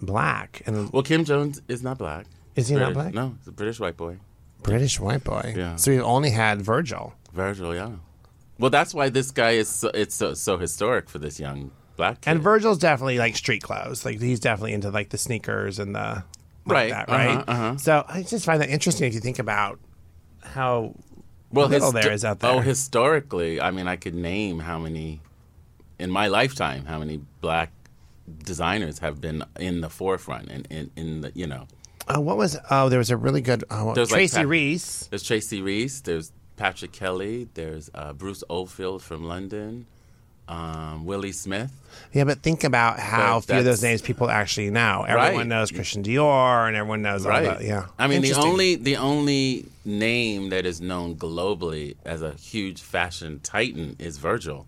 black and a well, Kim Jones is not black. Is he not British- black? No, he's a British white boy. British white boy? Yeah. So we've only had Virgil. Virgil, yeah. Well, that's why this guy is so, it's so, so historic for this young black kid. And Virgil's definitely like street clothes. Like he's definitely into like the sneakers and the like Right, that, uh-huh, right? uh-huh. So I just find that interesting if you think about how well, little histo- there is out there. Oh, historically, I mean, I could name how many in my lifetime how many black designers have been in the forefront and in, in the you know Uh, what was? Oh, there was a really good oh, There's, like, Tracy Pat- Reese. There's Tracy Reese. There's Patrick Kelly. There's uh, Bruce Oldfield from London. Um, Willie Smith. Yeah, but think about how But few of those that's- names people actually know. Everyone Right. knows Christian Dior, and everyone knows all that. Yeah, I mean, the Interesting. only the only name that is known globally as a huge fashion titan is Virgil.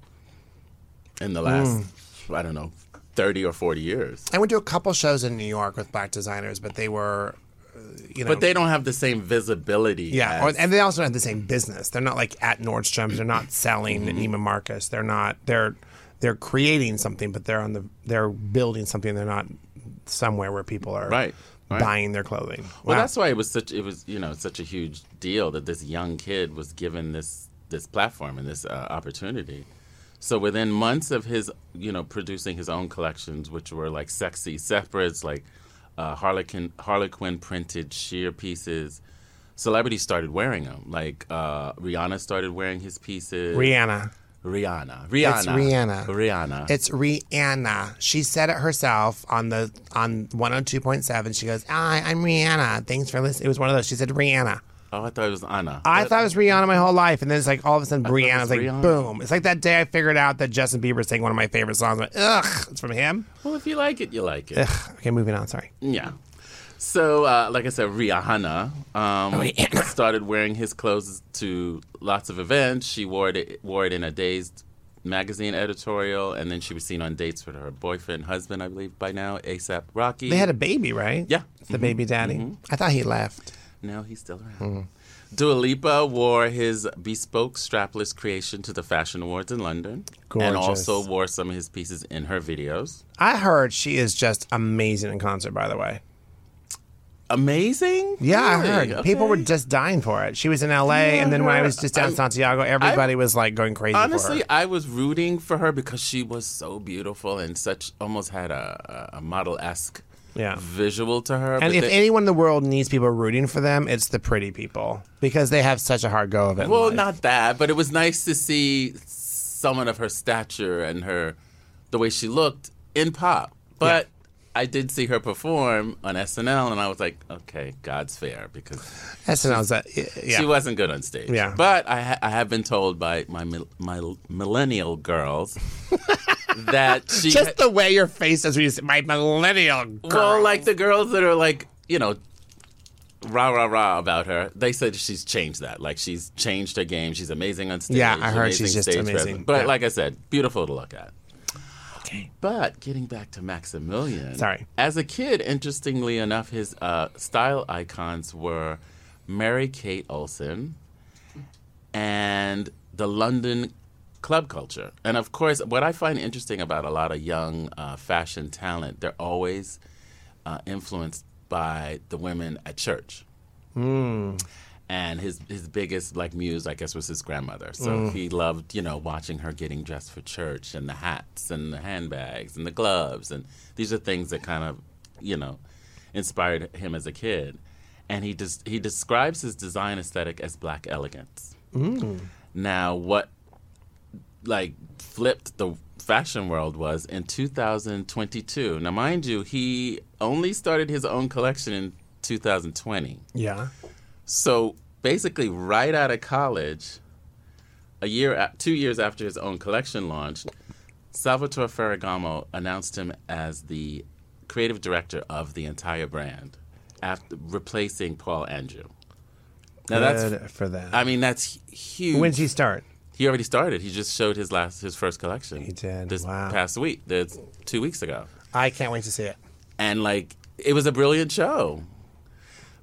In the last, Hmm. I don't know, thirty or forty years. I went to a couple shows in New York with black designers, but they were uh, you know. But they don't have the same visibility. yeah, as- or, and they also don't have the same business. They're not like at Nordstrom's. They're not selling Mm-hmm. at Neiman Marcus. They're not. They're they're creating something, but they're on the they're building something. They're not somewhere where people are Right, right. buying their clothing. Well, Wow. that's why it was such it was you know such a huge deal that this young kid was given this this platform and this uh, opportunity. So within months of his you know producing his own collections, which were like sexy separates, like uh, Harlequin Harlequin printed sheer pieces, celebrities started wearing them. Like uh, Rihanna started wearing his pieces. Rihanna. Rihanna. Rihanna. Rihanna. Rihanna. It's Rihanna. She said it herself on the on 102.7. She goes, "Hi, I'm Rihanna. Thanks for listening." It was one of those. She said Rihanna. oh, I thought it was Anna. I But- thought it was Rihanna my whole life, and then it's like all of a sudden Rihanna. It's was like Rihanna. boom. It's like that day I figured out that Justin Bieber sang one of my favorite songs. I'm like, Ugh, it's from him. well, if you like it, you like it. Ugh. Okay, moving on. Sorry. Yeah. So, uh, like I said, Rihanna um, Rihanna. started wearing his clothes to lots of events. She wore it wore it in a Dazed magazine editorial, and then she was seen on dates with her boyfriend, husband, I believe by now, ASAP Rocky. They had a baby, right? Yeah. Mm-hmm. It's the baby daddy. I thought he left. no, he's still Hmm. around. Dua Lipa wore his bespoke strapless creation to the Fashion Awards in London, and Gorgeous. also wore some of his pieces in her videos. I heard she is just amazing in concert. By the way. Amazing. Yeah, I heard. Really? People were Okay. just dying for it. She was in LA, and then when I was just down in Santiago, everybody was like going crazy Honestly, for her. I was rooting for her because she was so beautiful and such almost had a, a model esque Yeah. visual to her. And but if they- anyone in the world needs people rooting for them, it's the pretty people because they have such a hard go of it. in well, life. not that, but it was nice to see someone of her stature and her the way she looked in pop. But I did see her perform on SNL, and I was like, okay, God's fair because SNL's that. Yeah. she wasn't good on stage. Yeah. But I, ha- I have been told by my mil- my millennial girls that she just the way your face is when you say, my millennial girl. Well, like the girls that are like, you know, rah rah rah about her. They said she's changed that. Like she's changed her game. She's amazing on stage. Yeah, I heard amazing she's just stage amazing. presence. But Yeah. like I said, beautiful to look at. Okay. But getting back to Maximilian, Sorry. As a kid, interestingly enough, his uh, style icons were Mary Kate Olsen and the London club culture. And of course, what I find interesting about a lot of young uh, fashion talent, they're always uh, influenced by the women at church. And his his biggest like muse, I guess, was his grandmother. So he loved, you know, watching her getting dressed for church and the hats and the handbags and the gloves and these are things that kind of, you know, inspired him as a kid. And he just he describes his design aesthetic as black elegance. Now, what like flipped the fashion world was in 2022. Now, mind you, he only started his own collection in 2020. Yeah. So basically, right out of college, a year, a- two years after his own collection launched, Salvatore Ferragamo announced him as the creative director of the entire brand, after replacing Paul Andrew. Now that's, Good for that. I mean, that's hu- huge. when did she start? He already started. He just showed his last his first collection. He did. this Wow. past week. That's two weeks ago, I can't wait to see it. and like it was a brilliant show,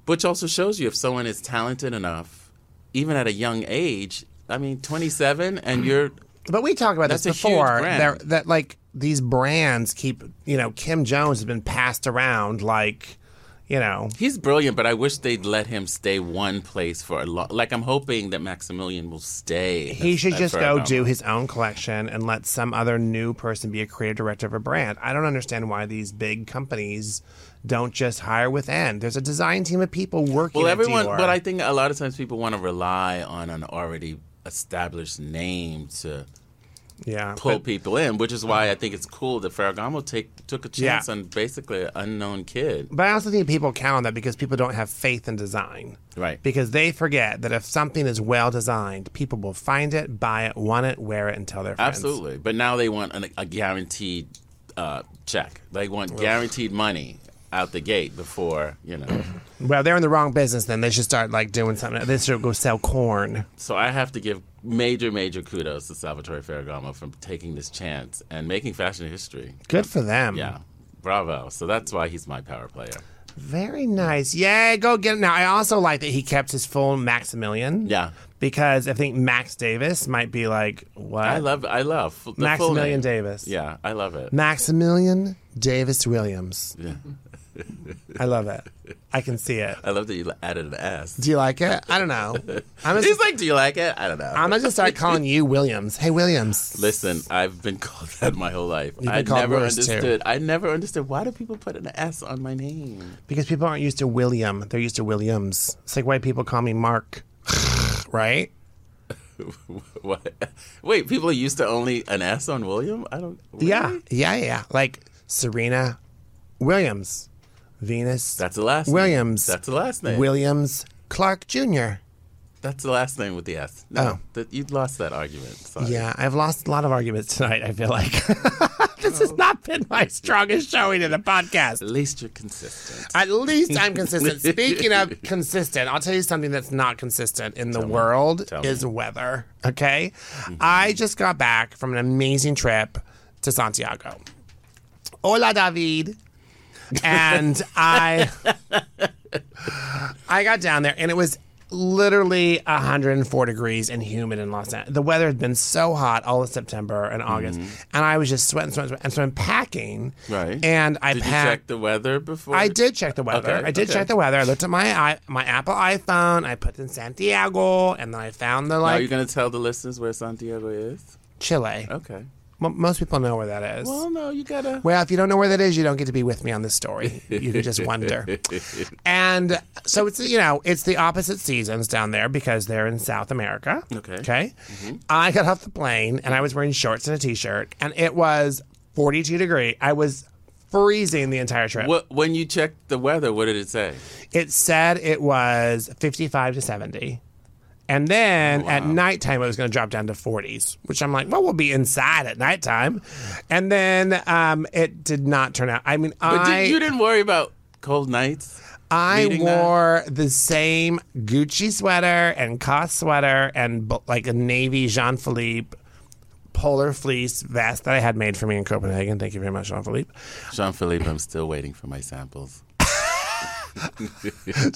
which also shows you if someone is talented enough, even at a young age. I mean, twenty seven, and you're But we talked about this That's a huge before. brand. There- That like these brands keep, you know, Kim Jones has been passed around like, you know, he's brilliant, but I wish they'd let him stay one place for a long. Like I'm hoping that Maximilian will stay. He at- should at just go Ferragamo. do his own collection and let some other new person be a creative director of a brand. I don't understand why these big companies don't just hire within. There's a design team of people working. Well, at everyone, Dior. but I think a lot of times people want to rely on an already established name to yeah, pull but- people in, which is why I think it's cool that Ferragamo take took a chance Yeah. on basically an unknown kid. But I also think people count on that because people don't have faith in design. Right. Because they forget that if something is well designed, people will find it, buy it, want it, wear it, and tell their friends. Absolutely, but now they want an, a guaranteed uh, check. They want guaranteed money out the gate before you know. Well, they're in the wrong business. Then they should start like doing something. They should go sell corn. so I have to give major, major kudos to Salvatore Ferragamo for taking this chance and making fashion history. Good for them. Yeah, bravo. So that's why he's my power player. Very nice. Yeah, go get it. Now, I also like that he kept his full Maximilian. Yeah. Because I think Max Davis might be like, what? I love I love f- the full Maximilian name. Davis. Yeah, I love it. Maximilian Davis Williams. Yeah. I love it. I can see it. I love that you added an S. Do you like it? I don't know. I'm He's just, like, do you like it? I don't know. I'm gonna just start calling you Williams. Hey, Williams. Listen, I've been called that my whole life. been I called never worse, too. understood. I never understood why do people put an S on my name? Because people aren't used to William. They're used to Williams. It's like why people call me Mark. right? what? Wait, people are used to only an S on William? I don't. Yeah. really? Yeah, yeah. Like Serena Williams. Venus. that's the last. name. Williams. That's the last name. Williams Clark Jr. That's the last name with the S. No, Oh. that you lost that argument. Sorry. Yeah, I've lost a lot of arguments tonight, I feel like. this Oh. has not been my strongest showing in a podcast. At least you're consistent. At least I'm consistent. Speaking of consistent, I'll tell you something that's not consistent in the world Tell me. Mm-hmm. is weather. Okay? I just got back from an amazing trip to Santiago. Hola, David. And I I got down there and it was literally 104 degrees and humid in Los Angeles. The weather had been so hot all of September and August. And I was just sweating, sweating, sweating. And so I'm packing. Mm-hmm. Right. And I Did you packed. check the weather before? I did check the weather. Okay, I did okay. check the weather. I looked at my i- my Apple iPhone. I put in Santiago, and then I found the Are like you Oh. going to tell the listeners where Santiago is? Chile. Okay. M- most people know where that is. Well, no, you gotta. Well, if you don't know where that is, you don't get to be with me on this story. You can just wonder. and so it's you know it's the opposite seasons down there because they're in South America. Okay. Mm-hmm. Okay. I got off the plane and I was wearing shorts and a t-shirt, and it was 42 degree. I was freezing the entire trip. What, when you checked the weather, what did it say? It said it was 55 to 70. And then Oh, at nighttime, it was going to drop down to 40s, which I'm like, well, we'll be inside at nighttime. And then um, it did not turn out. I mean, But I, did, you didn't worry about cold nights. I reading that? wore the same Gucci sweater and Cost sweater and bu- like a navy Jean Philippe polar fleece vest that I had made for me in Copenhagen. Thank you very much, Jean Philippe. Jean Philippe, I'm still waiting for my samples.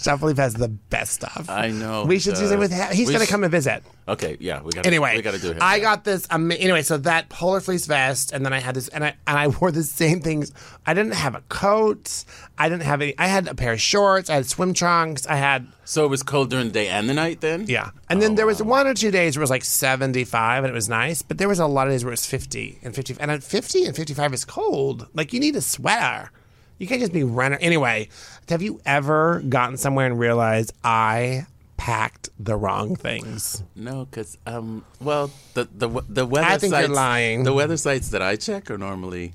Jean Philippe has the best stuff. I know. we should do uh, that with him. He's we going to sh- come and visit. Okay, yeah, we got. Anyway, we got to do it. I got this. Um, anyway, so that polar fleece vest, and then I had this, and I and I wore the same things. I didn't have a coat. I didn't have any. I had a pair of shorts. I had swim trunks. I had So it was cold during the day and the night, then. yeah. And Oh, then there was one or two days where it was like seventy five, and it was nice. But there was a lot of days where it was fifty and fifty, and at fifty and fifty five is cold. Like you need a sweater. You can't just be running. Anyway, have you ever gotten somewhere and realized I packed the wrong things? No, because um, well, the the w- the weather. I think you're sites, lying. The weather sites that I check are normally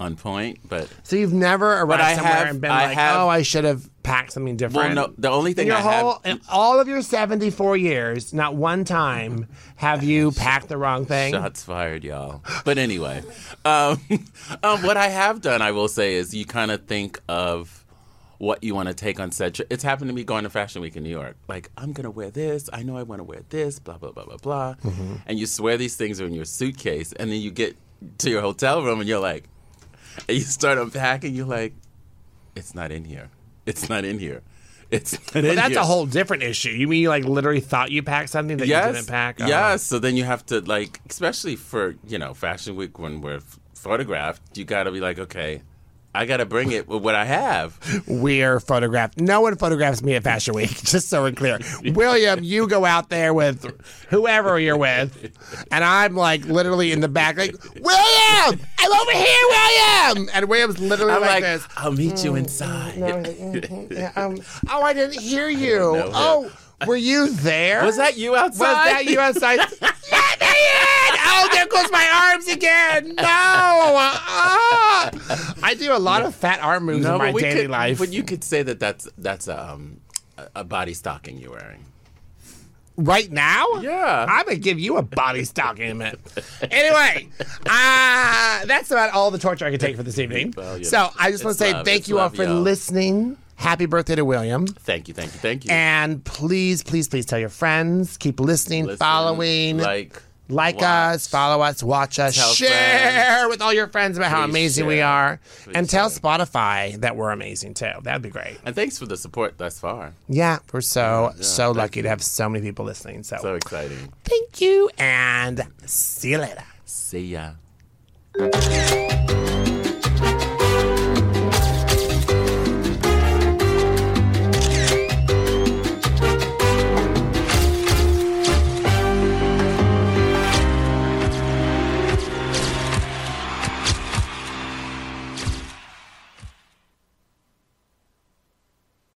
on point, but So you've never arrived I somewhere have- and been I like, have- "Oh, I should have packed something well, different." no. The only in thing your I have. whole in all of your seventy-four years, not one time have you packed the wrong thing. Shots fired, y'all. But anyway, um, um, what I have done, I will say, is you kind of think of what you want to take on set. tri- It's happened to me going to Fashion Week in New York. Like, I'm going to wear this. I know I want to wear this, blah, blah, blah, blah, blah. Mm-hmm. And you swear these things are in your suitcase. And then you get to your hotel room and you're like, and you start unpacking, you're like, it's not in here. It's not in here. It's not in But that's here. a whole different issue. You mean you like literally thought you packed something that you didn't pack? Oh. Yes. So then you have to like, especially for you know Fashion Week when we're f- photographed, you got to be like, okay, I got to bring it with what I have. We're photographed. No one photographs me at Fashion Week, just so we're clear. William, you go out there with whoever you're with, and I'm like literally in the back, like, William, I'm over here, William! And William's literally I'm like, like this. I'll meet you inside. I was like, mhm, yeah, um, oh, I didn't hear you. know. Oh, were you there? Was that you outside? Was that you outside? yeah, Diane! Oh, there goes my arms again. No. Ah. I do a lot of fat arm moves in my we daily could, life. But you could say that that's that's a, um, a- a body stocking you're wearing. Right now? Yeah. I'm going to give you a body stock in a minute. Anyway, uh, that's about all the torture I can take for this evening. Well, yeah. So I just want It's to say love. thank It's you all love, for y'all. listening. Happy birthday to William. Thank you, thank you, thank you. And please, please, please tell your friends. Keep listening, Listen, following, like Like Watch. us, follow us, watch us, Tell share with all your friends about how Please amazing we share. are. Please and tell share. Spotify that we're amazing too. That'd be great. And thanks for the support thus far. Yeah, we're so, yeah, so thank lucky to you. have so many people listening. So, So exciting. thank you and see you later. See ya.